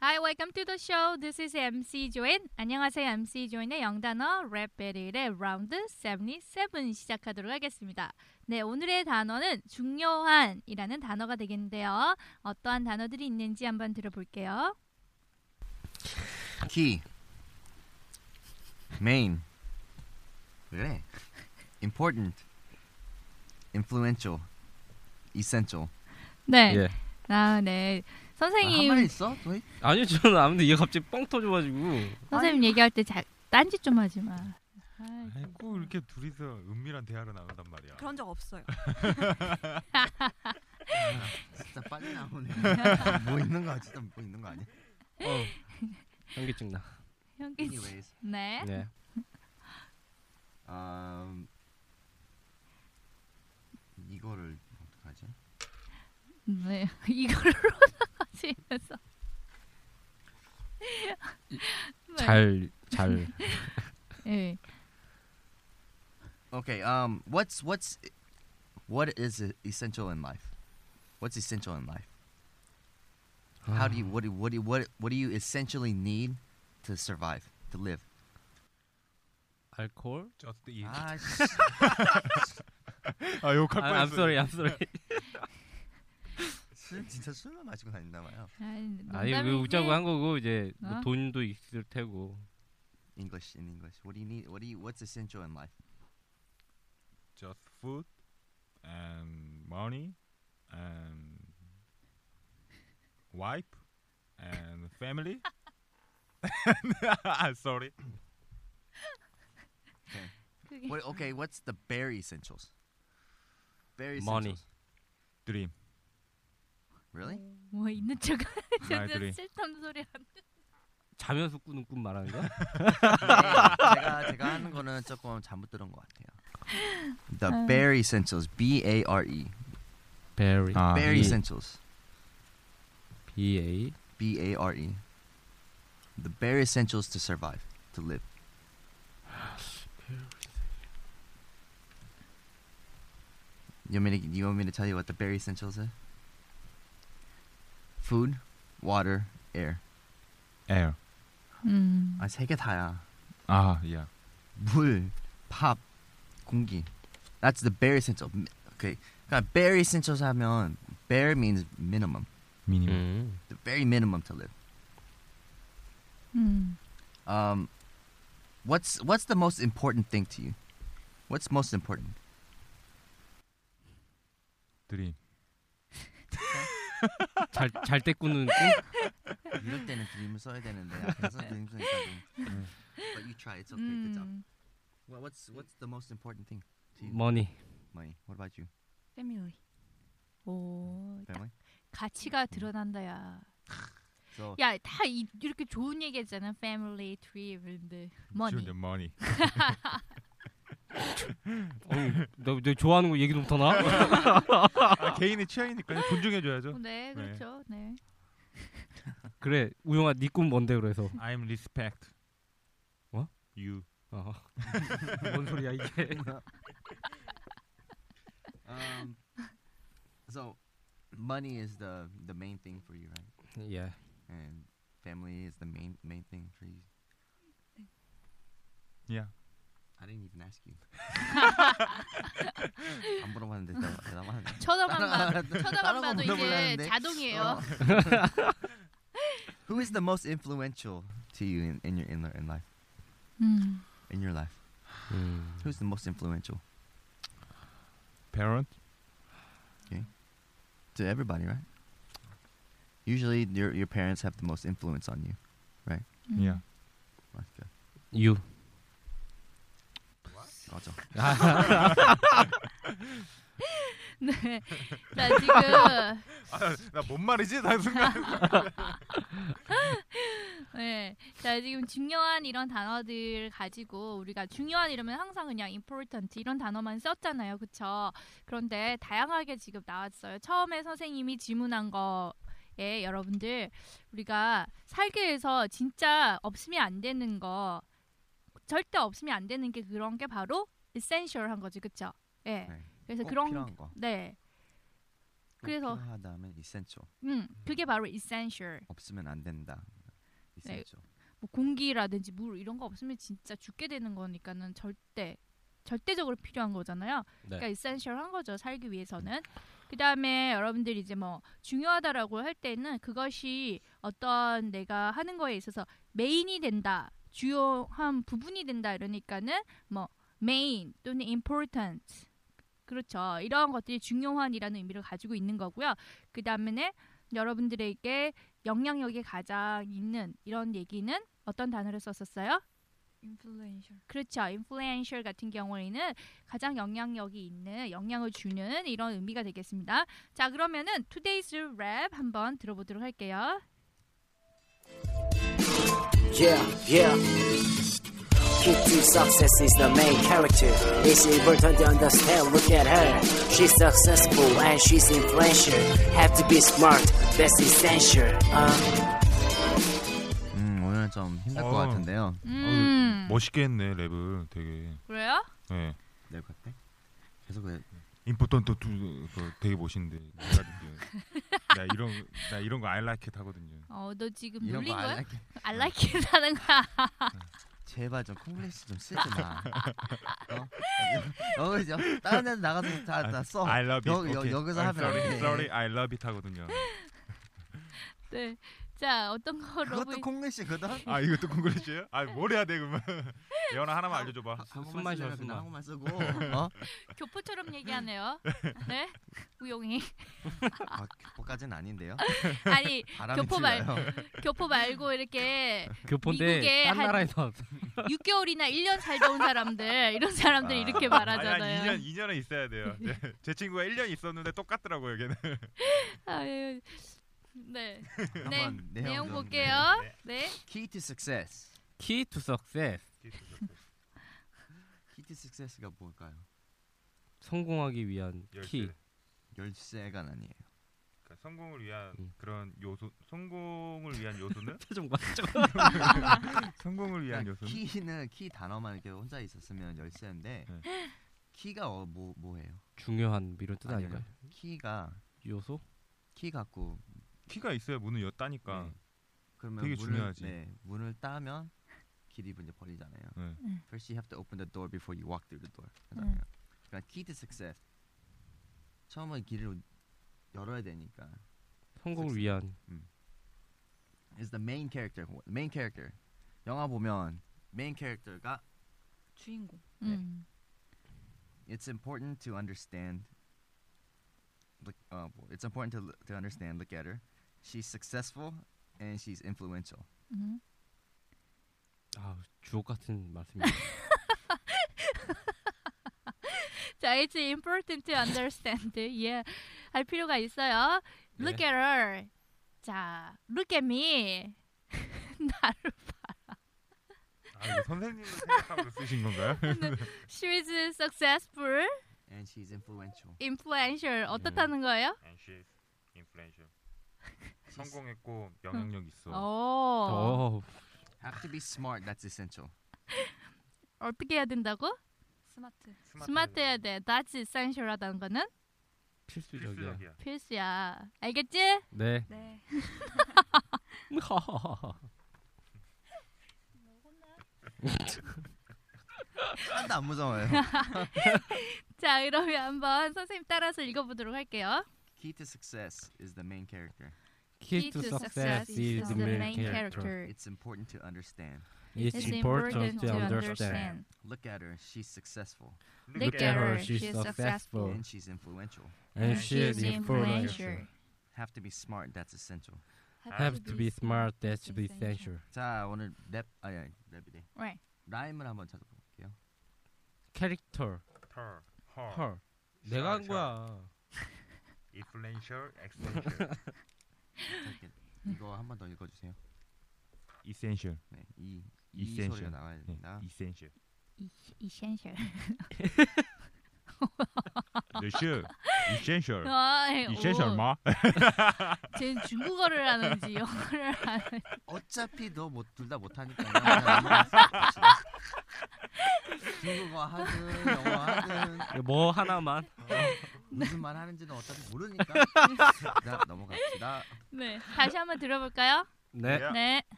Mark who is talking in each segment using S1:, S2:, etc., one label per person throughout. S1: Hi, welcome to the show. This is MC 조엔. 안녕하세요, MC 조엔의 영단어 랩 배틀의 라운드 77 시작하도록 하겠습니다. 네, 오늘의 단어는 중요한이라는 단어가 되겠는데요. 어떠한 단어들이 있는지 한번 들어볼게요.
S2: 키 메인 왜 important influential essential
S1: 네,
S3: 예. 아,
S1: 아, 네. 선생님,
S2: 한말 있어? 도희?
S3: 아니요 저는 아무데 이게 갑자기 뻥 터져가지고
S1: 선생님 얘기할 때 자, 딴짓 좀 하지 마. 아,
S4: 아이, 꼭뭐 이렇게 둘이서 음, 은밀한 대화를 나눈단 말이야.
S5: 그런 적 없어요.
S2: 진짜 빨리 나오네 뭐 있는 거야 진짜 뭐 있는 거 아니야?
S3: 어, 현기증 나.
S1: 형기 씨.
S2: anyways
S1: 네.
S3: 네.
S2: um, 이거를 어떡하지?
S3: 음.
S1: 네, 이거를 로나까지 해서. 네.
S3: 잘 잘.
S1: 예.
S2: Okay um what's what's what is e-, essential in life? What's essential in life? How do you what do what do what what do you essentially need to survive to live?
S3: 알코올?
S4: Just in.
S2: 아, 씨.
S4: 아 욕할
S3: 아, I'm
S4: 뻔했어.
S3: sorry, I'm sorry.
S2: 술 진짜 술만 마시고 다닌다 봐요.
S1: 아니,
S3: 아니 왜
S1: 농담이지.
S3: 웃자고 한 거고 이제 뭐
S1: 어?
S3: 돈도 있을 테고.
S2: English in English. What do you need? What do you? What's essential in life?
S4: Just food and money and wife and family. I'm sorry.
S1: 그게
S2: What, okay, what's the bare essentials? Bare
S3: Money.
S2: essentials.
S4: Dream.
S2: Really?
S1: 뭐 있는 척 하는
S4: 아이들이.
S1: 쓸데없는 소리 하는
S3: 자면서 꾸는 꿈 말하는 거야?
S2: 제가 제가 하는 거는 조금 잘못 들은 것 같아요. The bare essentials. B A R E.
S3: Berry.
S6: 아,
S2: Bare
S3: 이-
S2: essentials.
S3: B A.
S2: B A R E. The bare essentials to survive, to live. You want me to? You want me to tell you what the bare essentials are? Food, water, air.
S4: Air.
S1: 음.
S2: 아 세 개 다야.
S4: 아, yeah.
S2: 물, 밥, 공기. That's the bare essential. Mi- Okay. 그러니까 bare essentials 하면 bare means minimum.
S4: Minimum.
S3: 음.
S2: The very minimum to live.
S1: 음.
S2: Um, what's what's the most important thing to you? What's most important?
S4: Dream.
S3: 잘잘 때 꾸는 꿈?
S2: 이럴 때는 드림을 써야 되는데 앞에서 드림 쓰니까 좀. But you try. It's okay. Good job.
S1: 음.
S2: Well, what's what's the most important thing to you?
S3: Money.
S2: Money. What about you,
S1: 패밀리. 오, 딱
S2: family?
S1: 가치가 드러난다야.
S2: So
S1: 야, 다 이, 이렇게 좋은 얘기했잖아. family, tree, 근데
S4: Dream
S1: money.
S4: the money.
S3: 어, 너, 너 좋아하는 거 얘기도 못 하나?
S4: 아, 개인의 취향이니까 존중해줘야죠.
S1: 네, 그렇죠. 네.
S3: 그래 우영아 네 꿈 뭔데 그래서.
S4: I'm respect.
S3: What?
S4: You.
S3: 어. 뭔 소리야 이게?
S2: um, so money is the the main thing for you, right?
S3: Yeah.
S2: And family is the main main thing for you.
S4: Yeah.
S2: I didn't even ask you. 아무런 말안 됐다. 나만
S1: 쳐다만
S2: 다른
S1: 봐도
S2: 거
S1: 쳐다만 봐도 이제
S2: 아, 물어보려는데.
S1: 자동이에요.
S2: Who is the most influential to you in, in your in, in life?
S1: 음.
S2: In your life,
S3: 음.
S2: who's the most influential
S4: Parent.
S2: to everybody, right? Usually, your your parents have the most influence on you.
S1: 음.
S4: Yeah.
S2: That's good.
S3: You.
S2: 맞아.
S1: 네. 나 지금
S4: 아, 나 뭔 말이지? 나 순간.
S1: 네. 자, 지금 중요한 이런 단어들 가지고 우리가 중요한 이러면 항상 그냥 important 이런 단어만 썼잖아요. 그쵸? 그런데 다양하게 지금 나왔어요. 처음에 선생님이 질문한 거에 여러분들 우리가 살기 위해서 진짜 없으면 안 되는 거 절대 없으면 안 되는 게 그런 게 바로 essential한 거지. 그쵸? 예.
S2: 네.
S1: 그래서
S2: 꼭
S1: 그런
S2: 필요한 거.
S1: 네.
S2: 꼭
S1: 그래서-
S2: 필요하다면 essential.
S1: 음, 그게 바로 essential.
S2: 없으면 안 된다.
S1: 네.
S2: essential.
S1: 뭐 공기라든지 물 이런 거 없으면 진짜 죽게 되는 거니까는 절대 절대적으로 필요한 거잖아요. 그러니까 에센셜한 거죠. 살기 위해서는. 그다음에 여러분들이 이제 뭐 중요하다라고 할 때는 그것이 어떤 내가 하는 거에 있어서 메인이 된다. 주요한 부분이 된다 이러니까는 뭐 메인 또는 important 그렇죠. 이러한 것들이 중요한이라는 의미를 가지고 있는 거고요. 그다음에 여러분들에게 영향력이 가장 있는 이런 얘기는 어떤 단어를 썼었어요?
S5: Influential.
S1: 그렇죠. influential 같은 경우에는 가장 영향력이 있는, 영향을 주는 이런 의미가 되겠습니다. 자, 그러면은 today's rap 한번 들어보도록 할게요.
S7: Yeah, yeah. Kid to success is the main character. Is able to understand. Look at her. She's successful and she's influential. Have to be smart. That's essential. Uh.
S2: 음 오늘은 좀 힘들 것
S4: 어.
S2: 같은데요.
S1: 음,
S4: 멋있게 했네 랩을 되게.
S1: 그래요?
S4: 예.
S2: 내 같아? 네, 계속 그
S4: 임포턴트 두 그거 되게 멋있는데. 내가 이제 나 이런 나 이런 거 I like it 하거든요.
S1: 어, 너 지금
S2: 이런
S1: 놀린
S2: 거
S1: 거야?
S2: 안 할게.
S1: I like it 하는 거야.
S2: 제발 좀 콩글리시 좀 쓰지 마. 어? 어, 그죠? 다른 데서 나가서 다, 다 써.
S4: I love it.
S2: 어, 여, 여,
S4: 오케이.
S2: 여기서
S4: I'm
S2: 하면 안
S4: sorry,
S2: 돼.
S4: sorry, I love it 하거든요.
S1: 네. 자, 어떤 거
S2: 그것도
S1: 러브
S2: 콩글리시거든?
S4: 아 이것도 콩글리시예요? 아뭘 해야 돼 그러면? 예언아 하나만 알려줘봐.
S3: 숨만 쉬어,
S2: 쓰려면 그냥
S3: 숨만.
S2: 한국만 쓰고. 어?
S1: 교포처럼 얘기하네요. 네? 우용이.
S2: 아, 교포까지는 아닌데요.
S1: 아니,
S2: 바람이
S1: 교포
S2: 교포
S1: 말-
S2: 말.
S1: 교포 말고 이렇게 미국의
S3: 교포인데 딴
S1: 한-
S3: 나라에서 왔어.
S1: 6개월이나 1년 살다 온 사람들, 이런 사람들이 이렇게 아, 말하잖아요.
S4: 아니, 한 2년 2년은 있어야 돼요. 네. 제 친구가 1년 있었는데 똑같더라고요, 걔는.
S1: 아유. 예. 네. 네.
S2: 한번 내용
S1: 내용
S2: 좀.
S1: 볼게요. 네.
S2: Key to success.
S3: Key to success.
S4: 그러니까
S2: Key to success가 뭘까요?
S3: 성공하기 위한 키.
S2: 열쇠가 아니에요.
S4: 그러니까 성공을 위한
S3: 음.
S4: 그런 요소, 성공을 위한 요소는
S3: 표정 맞죠?
S4: 성공을 위한
S2: 그냥
S4: 요소는
S2: 그러니까 키는 키 단어만 이렇게 혼자 있었으면 열쇠인데
S4: 네.
S2: 키가 어, 뭐 뭐예요?
S3: 중요한 이런 뜻
S2: 아니요.
S3: 아닌가요?
S2: 키가
S3: 요소?
S2: 키 갖고
S4: 키가 있어야 문을 엿다니까.
S2: 네. 그러면
S4: 되게
S2: 문을,
S4: 중요하지.
S2: 네, 문을 따면 기립은 이제 버리잖아요.
S4: 네.
S2: First you have to open the door before you walk through the door. 하잖아요. 그러니까 key to success. 처음에 길을 열어야 되니까
S3: 성공을 위한
S2: is the main character. main character. 영화 보면 main character가
S5: 주인공.
S1: 음.
S2: it's important to understand. Look, uh, well, it's important to l- to understand. Look at her. She's successful and she's influential.
S1: 음.
S3: 아, 주옥 같은 말씀이에요.
S1: 자, it's important to understand. 예. 알 필요가 있어요. Look at her. 자, look at me. 나를
S4: 아, 이거 선생님을 생각하고 쓰신 건가요?
S1: she is successful,
S2: And she's influential.
S1: influential. 어떻다는 거예요?
S4: And she's influential. 성공했고 영향력 있어.
S1: 어.
S3: 어.
S2: Have to be smart. That's essential.
S1: 어떻게 해야 된다고?
S5: 스마트.
S1: 스마트해야 돼. That's essential하다는 거는
S3: 필수적이야.
S1: 필수야. 알겠지?
S3: 네.
S5: 네.
S2: 하나도 안 무서워요.
S1: 자, 그러면 한번 선생님 따라서 읽어보도록 할게요.
S2: Key to success is the main character.
S3: Key to success is the main character.
S2: It's important to understand.
S3: It's important to understand.
S2: Look at her, she's successful
S3: Look at her, she's successful.
S2: and she's influential.
S3: And she is influential.
S2: Have to be smart, that's essential.
S3: Have to be smart, that's the essential.
S2: 자, 오늘 랩 아니 아니 랩이 돼.
S1: Right.
S2: 라임을 한번 찾아볼게요.
S3: 캐릭터.
S4: 털, 헐,
S3: 헐. 내가 한 거야.
S4: influential, essential,
S2: 잠깐, 이거 한 번 더 읽어주세요.
S4: essential,
S2: 네, 이, 이
S4: Essential.
S2: 소리가 나와야
S4: 네,
S2: 됩니다.
S4: essential.
S1: Essential.
S3: 네.
S1: 어,
S4: 루슈, essential,
S1: 네.
S4: essential
S1: 마.
S4: 마.
S1: 쟤는 중국어를 하는지 영어를 하는지.
S2: 어차피 너뭐둘다 못하니까 그냥 합시다. 중국어 하든 영어 하든
S3: 뭐 하나만.
S2: 무슨 말 하는지는 어차피 모르니까 자, 넘어갑시다.
S1: 네. 다시 한번 들어볼까요?
S3: 네.
S1: 네.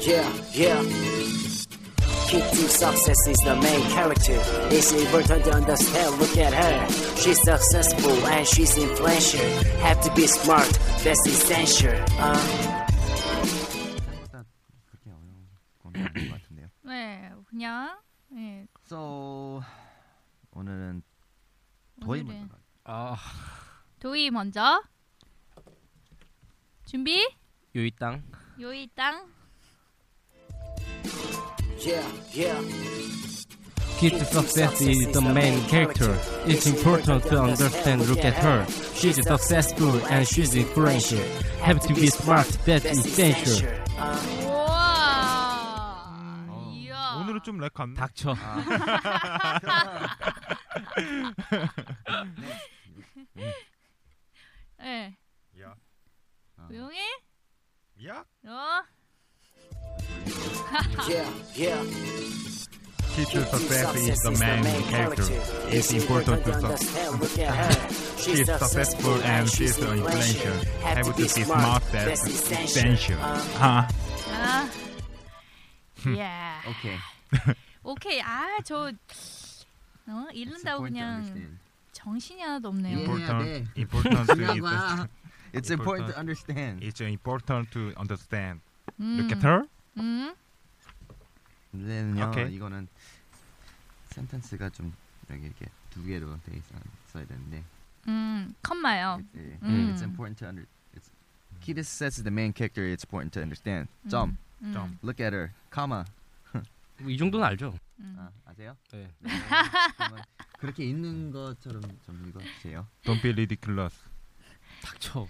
S7: Yeah, yeah. Key to success is the main character. It's important to understand. Look at her. She's successful and she's influential. Have to be smart. That's essential. Uh,
S2: 생각보다 그렇게 어려운 건 아닌 것 같은데요.
S1: 네. 그냥 네.
S2: So 오늘은 더이
S1: 오늘은
S2: 먼저
S3: 아,
S1: 도희 먼저. 준비?
S3: 요이 땅.
S1: 요이 땅.
S7: yeah, yeah.
S3: Key to success is the main character. It's important to understand. Look at her. She's successful and she's influential. Have to be smart. That's essential.
S7: Uh,
S1: 우와. 이야.
S4: 오늘은 좀 렉한.
S3: 닥쳐.
S1: 네.
S4: 야, 아.
S1: 조용히.
S4: 야.
S1: 어.
S7: yeah, yeah.
S4: Key to success is the main character. It's important to success.
S7: Look at her.
S4: She's successful and she's influential. Have to be smart, that's essential. 아,
S1: 아. 예.
S4: 어.
S2: 오케이.
S1: 오케이. 아, 저
S4: 아,
S1: 어, 읽는다고 그냥 정신이 하나도 없네요.
S2: 예.
S4: important,
S2: 네.
S4: important to
S2: 중요한
S4: understand.
S2: 거야. It's important to understand.
S4: It's important to understand.
S1: 음.
S4: Look at her.
S1: 음.
S2: 네는요.
S4: 오케이.
S2: 이거는 센텐스가 좀 여기 이렇게 두 개로 돼 있어 써야 되는데.
S1: 음. 컴마요.
S2: 예, 예.
S1: 음.
S2: It's important to under. It's Key to success is the main character. It's important to understand. 점.
S1: 음.
S4: 네, 점.
S2: Look at her. comma.
S3: 이 정도는 알죠.
S1: 음.
S2: 아, 아세요?
S3: 네.
S2: 네. 그러면 그렇게 있는 것처럼 좀 읽어주세요.
S4: Don't be ridiculous.
S3: 닥쳐.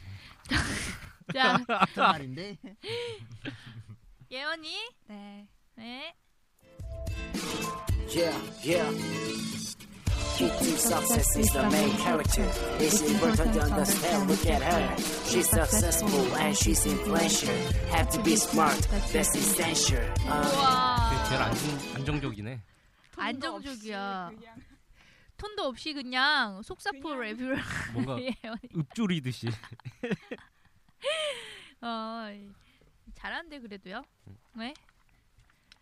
S1: 자,
S2: 좀 말인데.
S1: 예원이.
S5: 네.
S1: 네.
S7: Yeah, yeah. Key to success is the main character. It's important to understand. Look at her. She's successful and she's influential. Have to be smart. That's essential. Uh,
S3: 되게 제일
S1: 우와.
S3: 안정, 안정적이네.
S1: 안정적이야. 톤도 없이 그냥 속사포 레뷰를
S3: 뭔가
S1: 예원이.
S3: 읍조리듯이.
S1: 어. 잘하는데 그래도요.
S4: 음.
S1: 네.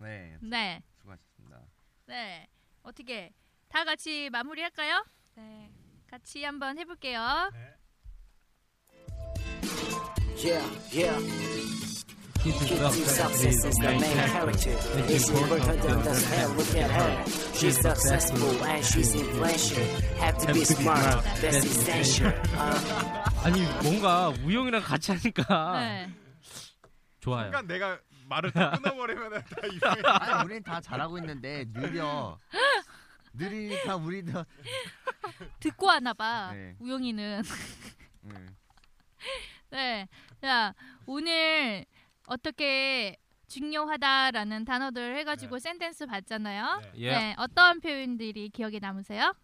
S2: 네,
S1: 네.
S2: 수고하셨습니다.
S1: 네. 어떻게 다 같이 마무리할까요?
S5: 네.
S1: 같이 한번 해볼게요.
S4: 네.
S7: yeah, yeah.
S3: Key to
S7: Key to
S3: success is
S7: success is
S3: the main character.
S7: It's important to understand. Look at her. She's successful and she's influential. Have to be smart. That's essential. Uh,
S3: 아니 뭔가 우영이랑 같이 하니까
S4: 아.
S1: 네.
S3: 좋아요.
S4: 내가 말을 다 끊어버리면 다 이상해.
S2: 아니, 우린 다 잘하고 있는데 느려. 느리니까 우리도
S1: 듣고 하나 봐.
S2: 네.
S1: 우영이는.
S2: 음,
S1: 네. 자, 오늘 어떻게 중요하다라는 단어들 해가지고 센텐스 봤잖아요.
S4: 네.
S3: 예.
S1: 어떤 표현들이 기억에 남으세요?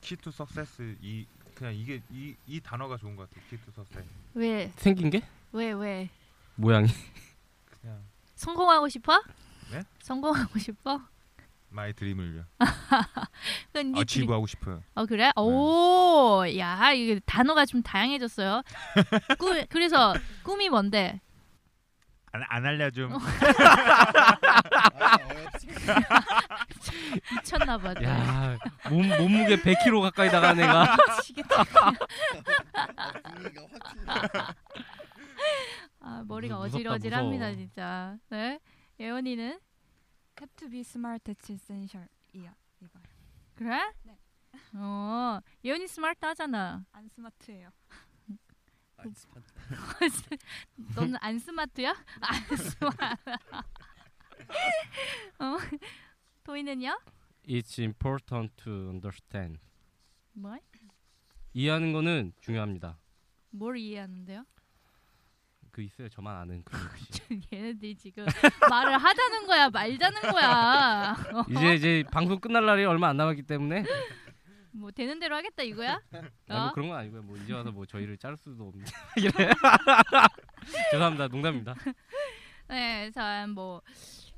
S4: Key to success 이 그냥 이게 이, 이 단어가 좋은 것 같아. Key to success.
S1: 왜?
S3: 생긴 게
S1: 왜? 왜?
S3: 모양이.
S4: 그냥
S1: 성공하고 싶어?
S4: 네?
S1: 성공하고 싶어?
S4: 마이 드림을요.
S1: 그건 니
S4: 어치브 하고 싶어요.
S1: 어 그래?
S4: 네.
S1: 오, 야 이게 단어가 좀 다양해졌어요. 꿈 그래서 꿈이 뭔데?
S4: 안, 안 알려줌.
S1: 미쳤나 봐.
S3: 야, 몸, 몸무게 100kg 가까이 나간 애가.
S1: 미치겠다. 아 머리가
S3: 무섭다,
S1: 어질어질합니다
S3: 무서워.
S1: 진짜. 네, 예원이는
S5: Have to be smart. That's essential. 이야 이거.
S1: 그래?
S5: 네.
S1: 어, 예원이 스마트 하잖아.
S5: 안 스마트해요.
S1: 너는 안 스마트야?
S5: 네.
S1: 안 스마트. 어, 도희는요?
S3: It's important to understand.
S1: 뭐?
S3: 이해하는 거는 중요합니다.
S1: 뭘 이해하는데요?
S3: 그 있어요. 저만 아는 그 혹시.
S1: 얘네들이 지금 말을 하자는 거야, 말자는 거야. 어,
S3: 이제 이제 방송 끝날 날이 얼마 안 남았기 때문에
S1: 뭐 되는 대로 하겠다 이거야?
S3: 아니,
S1: 어?
S3: 뭐 그런 건 아니고요. 뭐 이제 와서 뭐 저희를 자를 수도 없는 이래. 죄송합니다. 농담입니다.
S1: 네, 참뭐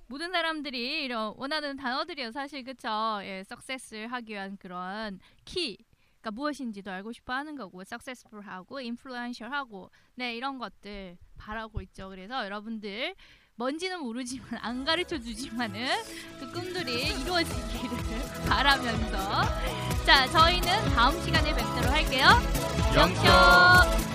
S1: 모든 사람들이 이런 원하는 단어들이요, 사실 그쵸? 예, success를 하기 위한 그런 키. 가 무엇인지도 알고 싶어 하는 거고 successful 하고 influential 하고 네 이런 것들 바라고 있죠 그래서 여러분들 뭔지는 모르지만 안 가르쳐 주지만은 그 꿈들이 이루어지기를 바라면서 자 저희는 다음 시간에 뵙도록 할게요 영쇼